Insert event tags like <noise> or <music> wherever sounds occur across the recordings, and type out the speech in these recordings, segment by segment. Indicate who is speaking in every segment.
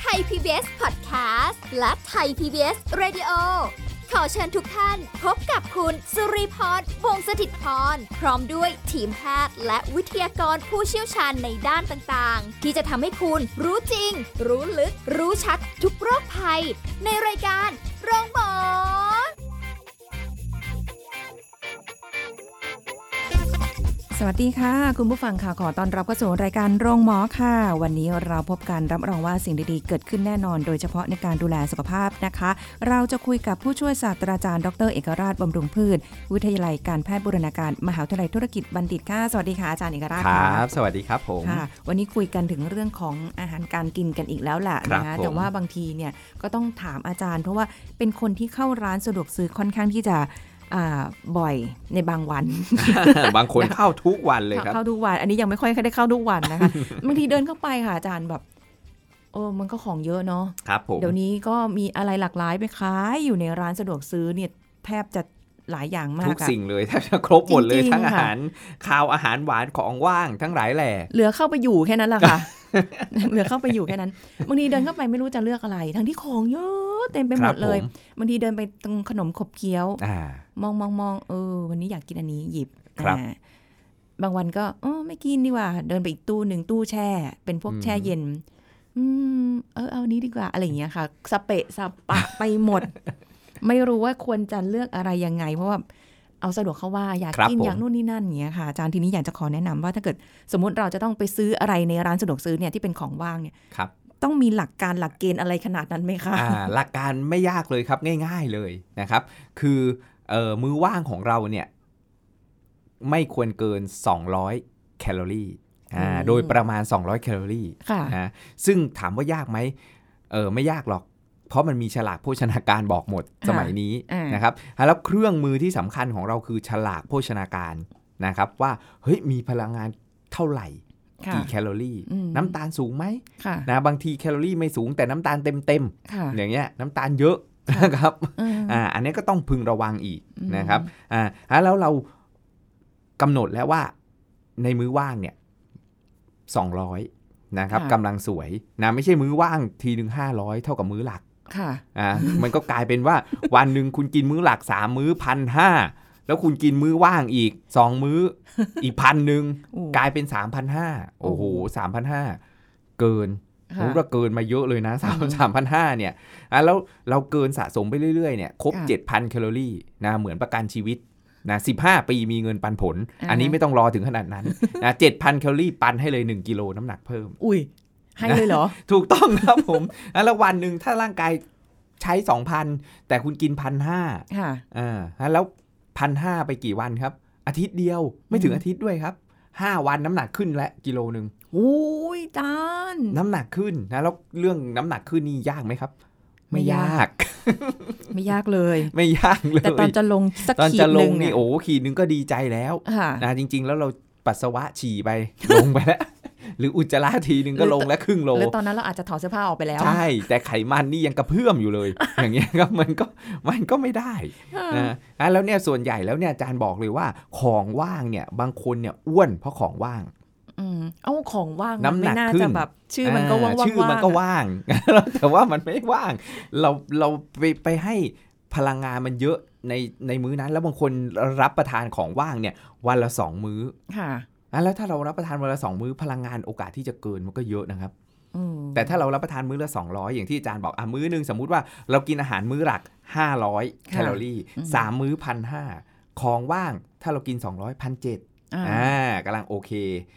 Speaker 1: ไทย PBS Podcast และไทย PBS Radio ขอเชิญทุกท่านพบกับคุณสุริพรวงศสถิตพร พร้อมด้วยทีมแพทย์และวิทยากรผู้เชี่ยวชาญในด้านต่างๆ ที่จะทำให้คุณรู้จริง รู้ลึก รู้ชัดทุกโรคภัย ในรายการโรงพยาบาล
Speaker 2: สวัสดีค่ะ คุณผู้ฟังค่ะขอต้อนรับเข้าสู่รายการโรงหมอค่ะ วันนี้เราพบกันรับรองว่าสิ่งดีๆ เกิดขึ้นแน่นอน โดยเฉพาะในการดูแลสุขภาพนะคะ เราจะคุยกับผู้ช่วยศาสตราจารย์ดรเอกราชบำรุงพืช วิทยาลัยการแพทย์บูรณาการ มหาวิทยาลัยธุรกิจบัณฑิตค่ะสวัสดีค่ะอาจารย์เอกราช
Speaker 3: ค
Speaker 2: ค่ะ
Speaker 3: รับ สวัสดีครับผม
Speaker 2: ค่ะ วันนี้คุยกันถึงเรื่องของอาหารการกินกันอีกแล้วแหละ
Speaker 3: ครับ
Speaker 2: นะคะ
Speaker 3: ผม
Speaker 2: แต่ว่าบางทีเนี่ยก็ต้องถามอาจารย์ เพราะว่าเป็นคนที่เข้าร้านสะดวกซื้อค่อนข้างที่จะอ่าบ่อยในบางวัน
Speaker 3: <laughs> บางคนเข้าทุกวันเลยครับ
Speaker 2: เข้าทุกวัน อันนี้ยังไม่ค่อยได้เข้าทุกวันนะคะ
Speaker 3: <laughs>
Speaker 2: บางทีเดินเข้าไปค่ะอาจารย์แบบโอ้มันก็ของเยอะเนาะ
Speaker 3: ครับผม
Speaker 2: เดี๋ยวนี้ก็มีอะไรหลากหลายไปขายอยู่ในร้านสะดวกซื้อเนี่ยแทบจะหลายอย่างมา
Speaker 3: ทุ
Speaker 2: ก
Speaker 3: ก
Speaker 2: อะ
Speaker 3: สิ่งเลยแท <laughs> บจะครบหมดเลย
Speaker 2: จริงๆ
Speaker 3: ทั้งอา
Speaker 2: ค่ะ
Speaker 3: หารคาวอาหารหวานของว่างทั้งหลายแหล่
Speaker 2: เหลือเข้าไปอยู่แค่นั้นแห
Speaker 3: <laughs>
Speaker 2: ละค่ะ เหลือเข้าไปอยู่แค่นั้นบางทีเดินเข้าไปไม่รู้จะเลือกอะไร ทั้งที่ของเยอะเต็มไปหมดเลย
Speaker 3: ครับผม
Speaker 2: บางทีเดินไปตรงขนมขบเคี้ยว
Speaker 3: อ่า
Speaker 2: มองมองมองเออ วันนี้อยากกินอันนี้หยิบ
Speaker 3: ครับ
Speaker 2: อ่าบางวันก็เออไม่กินดีกว่า เดินไปอีกตู้หนึ่งตู้แช่ เป็นพวก
Speaker 3: อืม
Speaker 2: แช่เย็น อืม เออเอานี้ดีกว่า อะไรอย่างเงี้ยค่ะ สเปะสปะไปห
Speaker 3: <laughs>
Speaker 2: มด ไม่รู้ว่าควรจะเลือกอะไรยังไง เพราะว่าเอาสะดวกเขาว่าอยาก
Speaker 3: ครับ
Speaker 2: กิน
Speaker 3: ผม
Speaker 2: อยากนู่นนี่นั่นอย่างเงี้ยค่ะอาจารย์ทีนี้อยากจะขอแนะนำว่าถ้าเกิดสมมติเราจะต้องไปซื้ออะไรในร้านสะดวกซื้อเนี่ยที่เป็นของว่างเนี่ย
Speaker 3: ครับ
Speaker 2: ต้องมีหลักการหลักเกณฑ์อะไรขนาดนั้นไหมคะ
Speaker 3: อ่าห <laughs> ลักการไม่ยากเลยครับง่ายๆเลยนะครับ คือเอ่อมือว่างของเราเนี่ยไม่ควรเกิน 200 แคลอรี่อ่า
Speaker 2: อืม
Speaker 3: โดยประมาณ 200 แคลอรี่
Speaker 2: ค่ะ
Speaker 3: นะซึ่งถามว่ายากไหมเออไม่ยากหรอก เพราะมันมีฉลากโภชนาการบอกหมด
Speaker 2: ค่ะ
Speaker 3: สมัยนี้
Speaker 2: อ่าน
Speaker 3: นะครับแล้วเครื่องมือที่สำคัญของเราคือฉลากโภชนาการนะครับ ว่าเฮ้ยมีพลังงานเท่าไหร่
Speaker 2: ค่ะ
Speaker 3: กี่แคลอรี่
Speaker 2: อืม
Speaker 3: น้ำตาลสูงไหม
Speaker 2: ค่ะ
Speaker 3: นะบางทีแคลอรี่ไม่สูงแต่น้ำตาลเต็มเต็มๆ
Speaker 2: ค่ะ
Speaker 3: อย่างเงี้ยน้ำตาลเยอะนะครับ
Speaker 2: อืม
Speaker 3: อ่าอันนี้ก็ต้องพึงระวังอีก
Speaker 2: อืม
Speaker 3: นะครับอ่าแล้วเรากำหนดแล้วว่าในมื้อว่างเนี่ยสองร้อยนะครับกำลังสวยนะไม่ใช่มื้อว่างทีหนึ่งห้าร้อยเท่ากับมื้อหลัก
Speaker 2: ค่ะ
Speaker 3: อ่า มันก็กลายเป็นว่าวันหนึ่งคุณกินมื้อหลักสามมื้อพันห้าแล้วคุณกินมื้อว่างอีกสองมื้ออีกพันหนึ่ง
Speaker 2: โอ้
Speaker 3: กลายเป็นสามพันห้าโอ้โหสามพันห้าเกิน ผ
Speaker 2: ค่ะ
Speaker 3: มว่าเกินมาเยอะเลยนะสามสามพันห้าเนี่ยอ่ะแล้วเราเกินสะสมไปเรื่อยๆเนี่ยครบ
Speaker 2: ค่ะ
Speaker 3: 7,000 แคลอรี่นะเหมือนประกันชีวิตนะสิปีมีเงินปันผล
Speaker 2: อ่าฮะ
Speaker 3: อันนี้ไม่ต้องรอถึงขนาดนั้นนะเจ็ดพันแคลอรี่ปันให้เลย 1 กิโลน้ำหนักเพิ่ม
Speaker 2: อุ้ย ให้เลยเหรอ
Speaker 3: ถูกต้องครับผม <laughs> นะแล้ววันหนึ่งถ้าร่างกายใช้ 2,000 แต่คุณกินพันห้า
Speaker 2: ค่ะ
Speaker 3: อ่านะแล้วพันห้าไปกี่วันครับ อาทิตย์เดียวไม่ถึง
Speaker 2: อืม
Speaker 3: อาทิตย์ด้วยครับห้าวันน้ำหนักขึ้นและกิโลหนึ่ง
Speaker 2: อุ้ยจาน
Speaker 3: น้ำหนักขึ้นนะแล้วเรื่องน้ำหนักขึ้นนี่ยากไหมครับ
Speaker 2: ไม่
Speaker 3: ไม่
Speaker 2: ยาย
Speaker 3: าก ก
Speaker 2: ไม่ยากเลย
Speaker 3: ไม่ยากเลย
Speaker 2: แต่ตอนจะลงสัก
Speaker 3: ตอน
Speaker 2: ขี
Speaker 3: จะ
Speaker 2: ด
Speaker 3: ล
Speaker 2: หนึ่
Speaker 3: ง
Speaker 2: ง
Speaker 3: นี่
Speaker 2: เนี่ย
Speaker 3: โอ้ขีดหนึงก็ดีใจแล้ว
Speaker 2: ค่ะ
Speaker 3: นะจริง ๆ แล้วเราปัสสาวะฉี่ไป <laughs> ลงไปแล้ว หรืออุจจาระทีหนึงก็ลงแล้วครึ่งโล
Speaker 2: แล้วตอนนั้นเราอาจจะถอดเสื้อผ้าออกไปแล้ว
Speaker 3: ใช่แต่ไขมันนี่ยังกระเพื่อมอยู่เลย
Speaker 2: <laughs>
Speaker 3: อย่างเงี้ยครับมันก็มันก็ไม่ได้
Speaker 2: อ่า
Speaker 3: นะอ่ะแล้วเนี่ยส่วนใหญ่แล้วเนี่ยอาจารย์บอกเลยว่าของว่างเนี่ยบางคนเนี่ยอ้วนเพราะของว่าง
Speaker 2: อืมเอาของว่าง
Speaker 3: น้ำหนั
Speaker 2: มั
Speaker 3: ก
Speaker 2: ไม่า
Speaker 3: ขึ้น
Speaker 2: จะแบบ ชื่อมันก็ว่างๆ
Speaker 3: อ่ชื่อมันก็ว่าง <laughs> แต่ว่ามันไม่ว่าง เราเราไปไปให้พลังงานมันเยอะในในมื้อนั้น แล้วบางคนรับประทานของว่างเนี่ย วันละสองมื้อ
Speaker 2: ค่ะ
Speaker 3: อ่ะแล้วถ้าเรารับประทานวันละสองมื้อพลังงานโอกาสที่จะเกินมันก็เยอะนะครับ
Speaker 2: อืม
Speaker 3: แต่ถ้าเรารับประทานมื้อละ 200 อย่างที่อาจารย์บอกอ่ะมื้อหนึ่งสมมุติว่าเรากินอาหารมื้อหลัก 500 แคลอรี่สามมื้อพันห้าของว่างถ้าเรากิน 200พันเจ็ด
Speaker 2: อ่า
Speaker 3: อ่ากำลังโอเค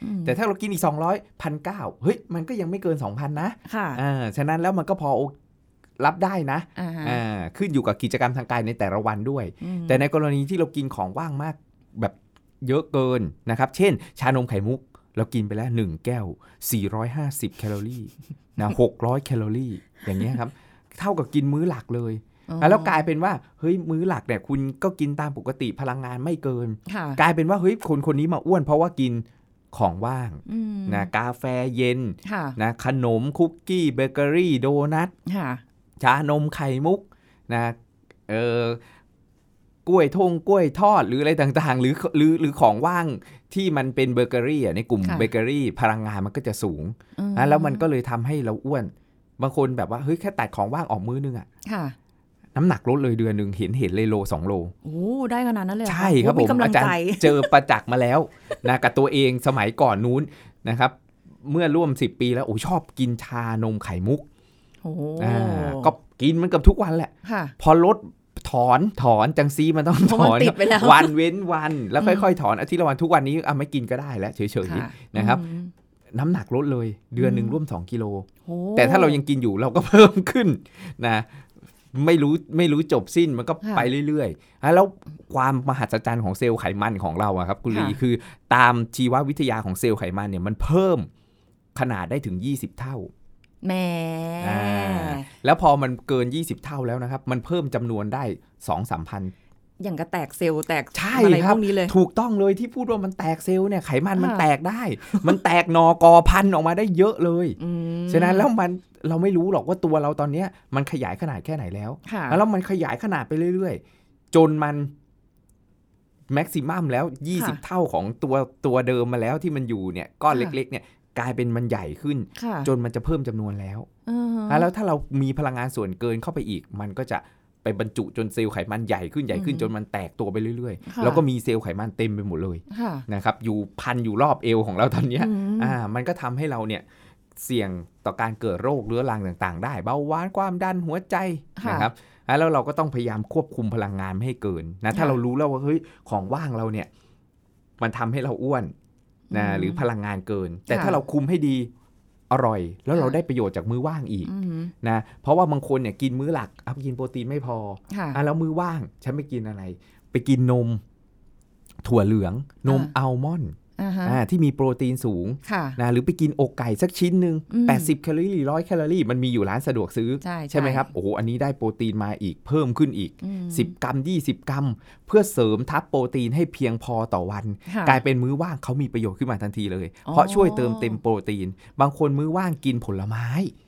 Speaker 2: อืม
Speaker 3: แต่ถ้าเรากินอีก 200พันเก้าเฮ้ยมันก็ยังไม่เกิน 2,000 นะ
Speaker 2: ค่ะ
Speaker 3: อ่าฉะนั้นแล้วมันก็พอโอรับได้นะ
Speaker 2: อ่าฮะ
Speaker 3: อ่าขึ้นอยู่กับกิจกรรมทางกายในแต่ละวันด้วย
Speaker 2: อืม
Speaker 3: แต่ในกรณีที่เรากินของว่างมากแบบเยอะเกินนะครับ เช่น ชานมไข่มุก เรากินไปแล้ว 1 แก้ว 450 แคลอรี่นะ600 แคลอรี่ อย่างเงี้ยครับ เท่ากับกินมื้อหลักเลย
Speaker 2: อ๋อ
Speaker 3: แล้วกลายเป็นว่าเฮ้ยมื้อหลักเนี่ยคุณก็กินตามปกติพลังงานไม่เกิน
Speaker 2: ค่ะ
Speaker 3: กลายเป็นว่าเฮ้ยคนคนนี้มาอ้วนเพราะว่ากินของว่าง
Speaker 2: อืม
Speaker 3: นะกาแฟเย็น
Speaker 2: ค่ะ
Speaker 3: นะขนมคุกกี้เบเกอรี่โดนัท
Speaker 2: ค่ะ
Speaker 3: ชานมไข่มุกนะเออ กล้วยทงกล้วยทอดหรืออะไรต่างๆ หรือหรือหรือของว่างที่มันเป็นเบเกอรี่อะในกลุ่ม
Speaker 2: ค่ะ
Speaker 3: เบเกอรี่พลังงานมันก็จะสูง
Speaker 2: อื
Speaker 3: นะแล้วมันก็เลยทำให้เราอ้วน บางคนแบบว่าเฮ้ยแค่ตัดของว่างออกมือนึงอะ
Speaker 2: ค่ะ
Speaker 3: น้ำหนักลดเลยเดือนหนึ่งเห็นเห็นเลยโลสองโล
Speaker 2: โอ้ได้ขนาดนั้นเลยเหอะ
Speaker 3: ใช่ครับ
Speaker 2: โอ้
Speaker 3: ผ
Speaker 2: มี
Speaker 3: ม
Speaker 2: กำลั
Speaker 3: อาง จาร
Speaker 2: ใจ <laughs>
Speaker 3: ย์เจอประจักษ์มาแล้ว นะกับตัวเองสมัยก่อนนู้นนะครับ เมื่อร่วม 10 ปีแล้วโอ้ชอบกินชานมไข่มุก
Speaker 2: โอ้โห
Speaker 3: อ่าก็กินมันเกับทุกวันแหละ
Speaker 2: ค่ะ
Speaker 3: พอลดถอนถอนจังซีมันต้อง
Speaker 2: เพราะ
Speaker 3: ถ
Speaker 2: มัน
Speaker 3: อน
Speaker 2: ติดไปแล้ว
Speaker 3: วันเว้นวันแล้วค่อยๆ ถอนอาทิตย์ละวันทุกวันนี้อ่ะไม่กินก็ได้แล้วเฉย
Speaker 2: ค่ะ
Speaker 3: ๆนะครับ
Speaker 2: อืม
Speaker 3: น้ำหนักลดเลยเดือนหนึ่ง
Speaker 2: อืม
Speaker 3: ร่วม 2 กิโล
Speaker 2: โอ้
Speaker 3: แต่ถ้าเรายังกินอยู่เราก็เพิ่มขึ้นนะไม่รู้ไม่รู้จบสิ้นมันก็ไปเรื่อยๆอ่ะแล้วความมหัศจรรย์ของเซลล์ไขมันของเราอะครับคุณลีคือตามชีววิทยาของเซลล์ไขมันเนี่ยมันเพิ่มขนาดได้ถึง 20 เท่า
Speaker 2: แหม
Speaker 3: อ่า แล้วพอมันเกิน 20 เท่าแล้วนะครับ มันเพิ่มจำนวนได้2องสามพัน
Speaker 2: อย่างกระแตกเซลล์แตก
Speaker 3: ใช่
Speaker 2: อะไร
Speaker 3: ครั
Speaker 2: พ
Speaker 3: บ
Speaker 2: วกนี้เลย
Speaker 3: ถูกต้องเลยที่พูดว่ามันแตกเซลล์เนี่ยไขมันมัน
Speaker 2: ค่ะ
Speaker 3: แตกได้ มันแตกหนอกอพันออกมาได้เยอะเลย
Speaker 2: อืม
Speaker 3: ฉะนั้นแล้วมันเราไม่รู้หรอกว่าตัวเราตอนเนี้ยมันขยายขนาดแค่ไหนแล้ว
Speaker 2: ค่ะ
Speaker 3: แล้วมันขยายขนาดไปเรื่อยๆ จนมันแม็กซิมัมแล้ว 20 เท่าของตัวตัวเดิมมาแล้วที่มันอยู่เนี่ยก้อนเล็ก ๆ เนี่ยกลายเป็นมันใหญ่ขึ้น
Speaker 2: ค่ะ
Speaker 3: จนมันจะเพิ่มจำนวนแล้ว
Speaker 2: อือฮะ
Speaker 3: แล้วถ้าเรามีพลังงานส่วนเกินเข้าไปอีก มันก็จะไปบรรจุจนเซลล์ไขมันใหญ่ขึ้นใหญ่ขึ้น
Speaker 2: อืม
Speaker 3: จนมันแตกตัวไปเรื่อย
Speaker 2: ค่ะ
Speaker 3: ๆ แล้วก็มีเซลล์ไขมันเต็มไปหมดเลย
Speaker 2: ค่ะ
Speaker 3: นะครับอยู่พันอยู่รอบเอวของเราตอนเนี้ย
Speaker 2: อืม
Speaker 3: อ่ามันก็ทำให้เราเนี่ยเสี่ยงต่อการเกิดโรคเรื้อรังต่างๆ ได้ เบาหวานความดันหัวใจนะครับอ่ะแล้วเราก็ต้องพยายามควบคุมพลังงานไม่ให้เกินนะถ้าเรารู้แล้วว่าเฮ้ยของว่างเราเนี่ยมันทำให้เราอ้วนนะหรือพลังงานเกิน แต่ถ้าเราคุมให้ดีอร่อย แล้วเราได้ประโยชน์จากมื้อว่างอีก
Speaker 2: อืม
Speaker 3: นะเพราะว่าบางคนเนี่ยกินมื้อหลักเอากินโปรตีนไม่พอ
Speaker 2: ค่ะ
Speaker 3: อ่ะแล้วมื้อว่างฉันไปกินอะไร ไปกินนม ถั่วเหลือง นมอัลมอนด์
Speaker 2: อ่าฮะ
Speaker 3: อ่าที่มีโปรตีนสูง
Speaker 2: ค่ะ
Speaker 3: นะหรือไปกินอกไก่สักชิ้นหนึ่ง
Speaker 2: อืม
Speaker 3: 80 แคลอรี่ร้อยแคลอรี่มันมีอยู่ร้านสะดวกซื้อ
Speaker 2: ใช่
Speaker 3: ใช่ไหมครับ โอ้โห อันนี้ได้โปรตีนมาอีกเพิ่มขึ้นอีก
Speaker 2: อืม
Speaker 3: 10 กรัม 20 กรัม เพื่อเสริมทับโปรตีนให้เพียงพอต่อวัน
Speaker 2: ค่ะ
Speaker 3: กลายเป็นมื้อว่างเขามีประโยชน์ขึ้นมาทันทีเลย
Speaker 2: อ๋อ
Speaker 3: เพราะช่วยเติมเต็มโปรตีน บางคนมื้อว่างกินผลไม้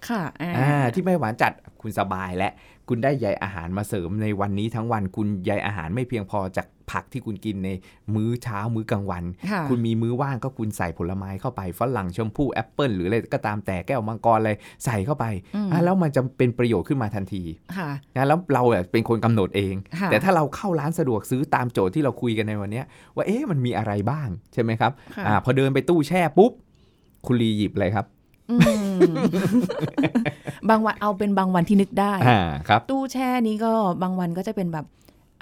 Speaker 2: ค่ะอ่า
Speaker 3: อ่าที่ไม่หวานจัดคุณสบายและ คุณได้ใยอาหารมาเสริมในวันนี้ทั้งวัน คุณใยอาหารไม่เพียงพอจากผักที่คุณกินในมื้อเช้ามื้อกลางวัน
Speaker 2: ค่ะ
Speaker 3: คุณมีมื้อว่างก็คุณใส่ผลไม้เข้าไปฝรั่งชมพู่แอปเปิลหรืออะไรก็ตามแต่แก้วมังกรอะไรใส่เข้าไป
Speaker 2: อืม
Speaker 3: อ่ะแล้วมันจะเป็นประโยชน์ขึ้นมาทันที
Speaker 2: ค่ะ
Speaker 3: นะแล้วเราอ่ะเป็นคนกำหนดเอง
Speaker 2: ค่ะ
Speaker 3: แต่ถ้าเราเข้าร้านสะดวกซื้อตามโจทย์ที่เราคุยกันในวันเนี้ยว่าเอ๊ะมันมีอะไรบ้างใช่ไหมครับ
Speaker 2: ค่ะ
Speaker 3: อ่าพอเดินไปตู้แช่ปุ๊บ คุณลีหยิบอะไรครับ
Speaker 2: อืม <laughs> บางวันเอาเป็นบางวันที่นึกได้
Speaker 3: อ่าครับ
Speaker 2: ตู้แช่นี้ก็บางวันก็จะเป็นแบบ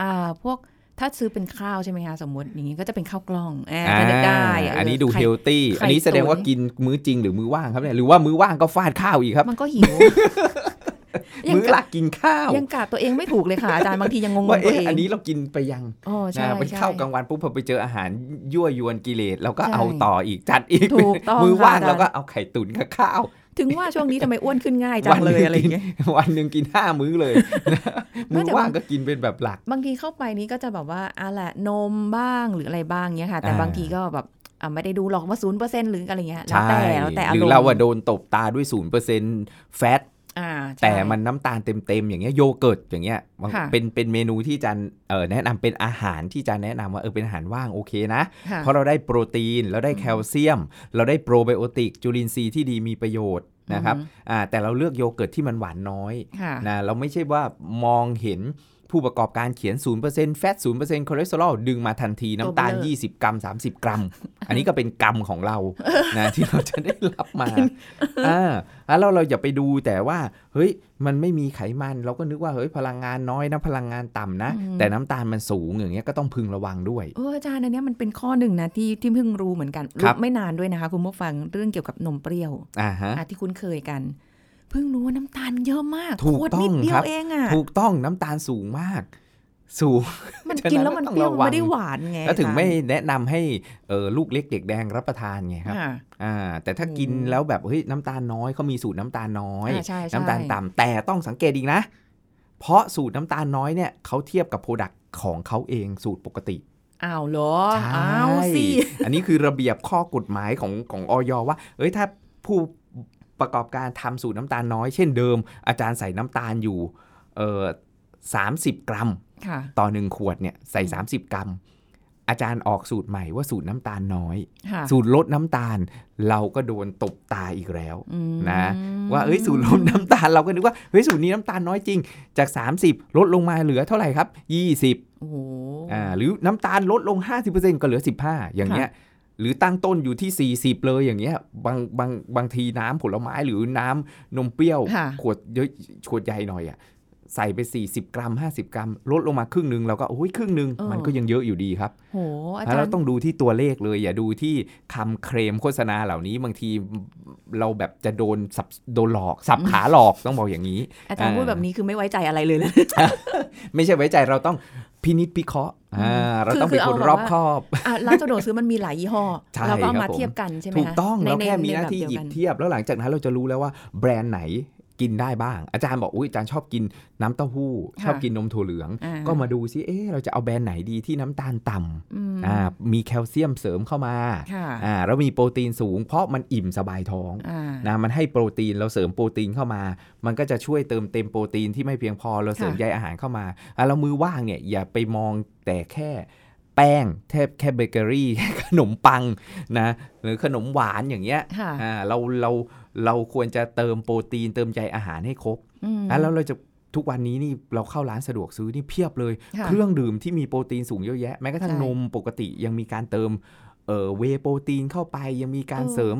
Speaker 2: อ่าพวกถ้าซื้อเป็นข้าวใช่ไหมคะสมมติอย่างนี้ก็จะเป็นข้าวกล้องอ่าจะนึกได้
Speaker 3: อ่าอันนี้
Speaker 2: เออ
Speaker 3: ดู
Speaker 2: ไข่
Speaker 3: เฮลตี้
Speaker 2: ไข่
Speaker 3: อันนี้แสดงว่า
Speaker 2: ตุ๋น
Speaker 3: กินมื้อจริงหรือมื้อว่างครับเนี่ย หรือว่ามื้อว่างก็ฟาดข้าวอีกครับ
Speaker 2: มันก็หิว
Speaker 3: <laughs> มื้อหลักกินข้าว
Speaker 2: ยังกาดตัวเองไม่ถูกเลยค่ะอาจารย์บางทียังงง
Speaker 3: ว่า
Speaker 2: ๆตัว
Speaker 3: เอ๊ะ
Speaker 2: เอง
Speaker 3: อันนี้เรากินไปยัง
Speaker 2: โอ้ใช่
Speaker 3: นะเป็น
Speaker 2: ใช่
Speaker 3: ข้าวกลางวันปุ๊บพอไปเจออาหารยั่วยวนกิเลสเราก็
Speaker 2: ใช่
Speaker 3: เอาต่ออีกจัดอีก
Speaker 2: ถูกต้อง
Speaker 3: มื้อว่าง
Speaker 2: ค่ะอาจารย์
Speaker 3: เราก็เอาไข่ตุ๋นกับข้าว <laughs>
Speaker 2: ถึงว่าช่วงนี้ทำไมอ้วนขึ้นง่ายจังเลย
Speaker 3: วันหนึ่ง
Speaker 2: อะไรอย่างเงี้ย
Speaker 3: วันหนึ่งกินห้ามื้อเลยนะ
Speaker 2: <laughs> ไม่
Speaker 3: มื้อ
Speaker 2: แต่ว่า
Speaker 3: ว่างก็กินเป็นแบบหลัก
Speaker 2: บางทีเข้าไปนี้ก็จะแบบว่าอะแหละนมบ้างหรืออะไรบ้างเงี้ยค่ะ แต่
Speaker 3: อ่า
Speaker 2: บางทีก็แบบอ่ะไม่ได้ดูหรอกว่าศูนย์เปอร์เซ็นต์หรืออะไรเงี้ยแล้ว
Speaker 3: ใช่
Speaker 2: แต่แล้วแต่อา
Speaker 3: หรื
Speaker 2: ร
Speaker 3: อ
Speaker 2: มณ์
Speaker 3: เราอะโดนตบตาด้วยศูนย์เปอร์เซ็นต์แฟต
Speaker 2: อ่าใช่
Speaker 3: แต่มันน้ำตาลเต็มๆอย่างเงี้ยโยเกิร์ตอย่างเงี้ยมัน
Speaker 2: ค่ะ
Speaker 3: เป็นเป็นเมนูที่อาจันเอ่อแนะนำเป็นอาหารที่อาจันแนะนำว่าเออเป็นอาหารว่างโอเคนะ
Speaker 2: ค่ะ
Speaker 3: เพราะเราได้โปรตีน เราได้แคลเซียม เราได้โปรไบโอติกจุลินทรีย์ที่ดีมีประโยชน์นะครับอ่าแต่เราเลือกโยเกิร์ตที่มันหวานน้อย
Speaker 2: ค่ะ
Speaker 3: นะเราไม่ใช่ว่ามองเห็นผู้ประกอบการเขียน 0%แฟต 0%คอเลสเตอรอลดึงมาทันทีน้ำตาล
Speaker 2: ตัวเบลอ
Speaker 3: 20 กรัม 30
Speaker 2: <laughs>
Speaker 3: กรัม อันนี้ก็เป็นกรรมของเรา นะที่เราจะได้รับ
Speaker 2: <laughs>
Speaker 3: มาอ่าแล้วเราเราอย่าไปดูแต่ว่า เฮ้ย มันไม่มีไขมัน เราก็นึกว่าเฮ้ยพลังงานน้อยนะพลังงานต่ำนะ
Speaker 2: อืม
Speaker 3: แต่น้ำตาลมันสูงอย่างเงี้ยก็ต้องพึงระวังด้วย
Speaker 2: เอออาจารย์อันเนี้ยมันเป็นข้อหนึ่งนะที่ที่เพิ่งรู้เหมือนกัน
Speaker 3: ครับ
Speaker 2: ไม่นานด้วยนะคะคุณผู้ฟังเรื่องเกี่ยวกับนมเปรี้ยว
Speaker 3: อ่าฮะ
Speaker 2: อ่ะที่คุ้นเคยกัน เพิ่งรู้ว่าน้ำตาลเยอะมาก
Speaker 3: ถูก
Speaker 2: ขวด
Speaker 3: ต้อง
Speaker 2: นิดเดีย
Speaker 3: ครั
Speaker 2: ว
Speaker 3: บ
Speaker 2: เองอ่ะ
Speaker 3: ถูกต้องน้ำตาลสูงมาก สูง
Speaker 2: มัน
Speaker 3: ฉะนั้น
Speaker 2: กินแล้วมันเปรี้ยว
Speaker 3: ต้องระวัง
Speaker 2: ไม่ได้หวานไง
Speaker 3: แล้วถึง
Speaker 2: อาจารย์
Speaker 3: ไม่แนะนำให้เอ่อลูกเล็กเด็กแดงรับประทานไงครับ
Speaker 2: อ่า
Speaker 3: อ่าแต่ถ้า
Speaker 2: โอ้
Speaker 3: กินแล้วแบบเฮ้ยน้ำตาลน้อยเขามีสูตรน้ำตาลน้อย
Speaker 2: อ่าใช่ใช่
Speaker 3: น้ำตาลต่ำแต่ต้องสังเกตอีกนะ เพราะสูตรน้ำตาลน้อยเนี่ยเขาเทียบกับโปรดักต์ของเขาเองสูตรปกติ
Speaker 2: อ้าวเหรอ
Speaker 3: ใช่
Speaker 2: อ้าวสิ
Speaker 3: อันนี้คือระเบียบข้อกฎหมายของของออยว่า เอ้ยถ้าผู้ประกอบการทำสูตรน้ำตาลน้อย เช่นเดิม อาจารย์ใส่น้ำตาลอยู่เออ 30 กรัม
Speaker 2: ค่ะ
Speaker 3: ต่อ 1 ขวดเนี่ยใส่
Speaker 2: อืม
Speaker 3: 30 กรัม อาจารย์ออกสูตรใหม่ว่าสูตรน้ำตาลน้อย
Speaker 2: ค่ะ
Speaker 3: สูตรลดน้ำตาล เราก็โดนตบตาอีกแล้ว
Speaker 2: อืม
Speaker 3: นะ ว่าเอ้ยสูตรลดน้ำตาลเราก็นึกว่าเฮ้ยสูตรนี้น้ำตาลน้อยจริง จาก 30 ลดลงมาเหลือเท่าไหร่ครับ 20
Speaker 2: โอ้โห
Speaker 3: อ่าหรือน้ำตาลลดลง 50%ก็เหลือ 15 อย่างเงี้ยหรือตั้งต้นอยู่ที่ 40 เลยอย่างเงี้ยบางบางบางทีน้ำผลไม้หรือน้ำนมเปรี้ยว
Speaker 2: ค่ะ
Speaker 3: ขวดเยอะขวดใหญ่หน่อยอ่ะใส่ไป 40 กรัม 50 กรัม ลดลงมาครึ่งหนึ่งเราก็โอ้ยครึ่งหนึ่งมันก็ยังเยอะอยู่ดีครับ
Speaker 2: โหอา
Speaker 3: เพ
Speaker 2: จาร
Speaker 3: ราะเรา
Speaker 2: ย์
Speaker 3: ต้องดูที่ตัวเลขเลย อย่าดูที่คำเคลมโฆษณาเหล่านี้บางทีเราแบบจะโดนสับโดนหลอก สับขาหลอกต้องบอกอย่างนี้
Speaker 2: อาจารย์พูดแบบนี้คือไม่ไว้ใจอะไร <laughs> เลยเลย
Speaker 3: ไม่ใช่ไว้ใจเราต้องพินิจพิเคราะห์อ่าเราต้องเป็นคนรอบคอบ
Speaker 2: อ่ะร้านสะดวกซื้อมันมีหลายยี่ห้อ
Speaker 3: ใช่
Speaker 2: เราก็เอา
Speaker 3: ครั
Speaker 2: มา
Speaker 3: บผม
Speaker 2: เทียบกันใช่ไหม
Speaker 3: ถูก
Speaker 2: คะ
Speaker 3: ต้อง
Speaker 2: ใน
Speaker 3: เรา
Speaker 2: ใน
Speaker 3: แค่มี
Speaker 2: ใ
Speaker 3: หน้าที่
Speaker 2: แบบ
Speaker 3: หยิ
Speaker 2: เดียวกับ น
Speaker 3: เทียบ แล้วหลังจากนั้นเราจะรู้แล้วว่าแบรนด์ไหนกินได้บ้าง อาจารย์บอกอุ้ยอาจารย์ชอบกินน้ำเต้าหู้
Speaker 2: ค่ะ
Speaker 3: ชอบกินนมถั่วเหลือง
Speaker 2: อ่า
Speaker 3: ก็มาดูซิเอ๊ะเราจะเอาแบรนด์ไหนดีที่น้ำตาลต่ำ
Speaker 2: อืม
Speaker 3: อ่ามีแคลเซียมเสริมเข้ามา
Speaker 2: ค่ะ
Speaker 3: อ่าแล้วมีโปรตีนสูง เพราะมันอิ่มสบายท้อง
Speaker 2: อ่า
Speaker 3: นะมันให้โปรตีนเราเสริมโปรตีนเข้ามา มันก็จะช่วยเติมเต็มโปรตีนที่ไม่เพียงพอเราเสริม
Speaker 2: ค่ะ
Speaker 3: ใยอาหารเข้ามาอ่ะเรามือว่างเนี่ยอย่าไปมองแต่แค่แป้งแทบแค่เบเกอรี่ <laughs> ขนมปังนะหรือขนมหวานอย่างเงี้ย
Speaker 2: ค่ะ
Speaker 3: อ่าเราเราเราควรจะเติมโปรตีนเติมใยอาหารให้ครบ
Speaker 2: อืม
Speaker 3: อ่ะแล้วเราจะทุกวันนี้นี่เราเข้าร้านสะดวกซื้อนี่เพียบเลย
Speaker 2: ค่ะ
Speaker 3: เครื่องดื่มที่มีโปรตีนสูงเยอะแยะแม้กระทั่ง
Speaker 2: ใช่
Speaker 3: นมปกติยังมีการเติมเอ่อเวย์โปรตีนเข้าไปยังมีการ
Speaker 2: เออ
Speaker 3: เสริม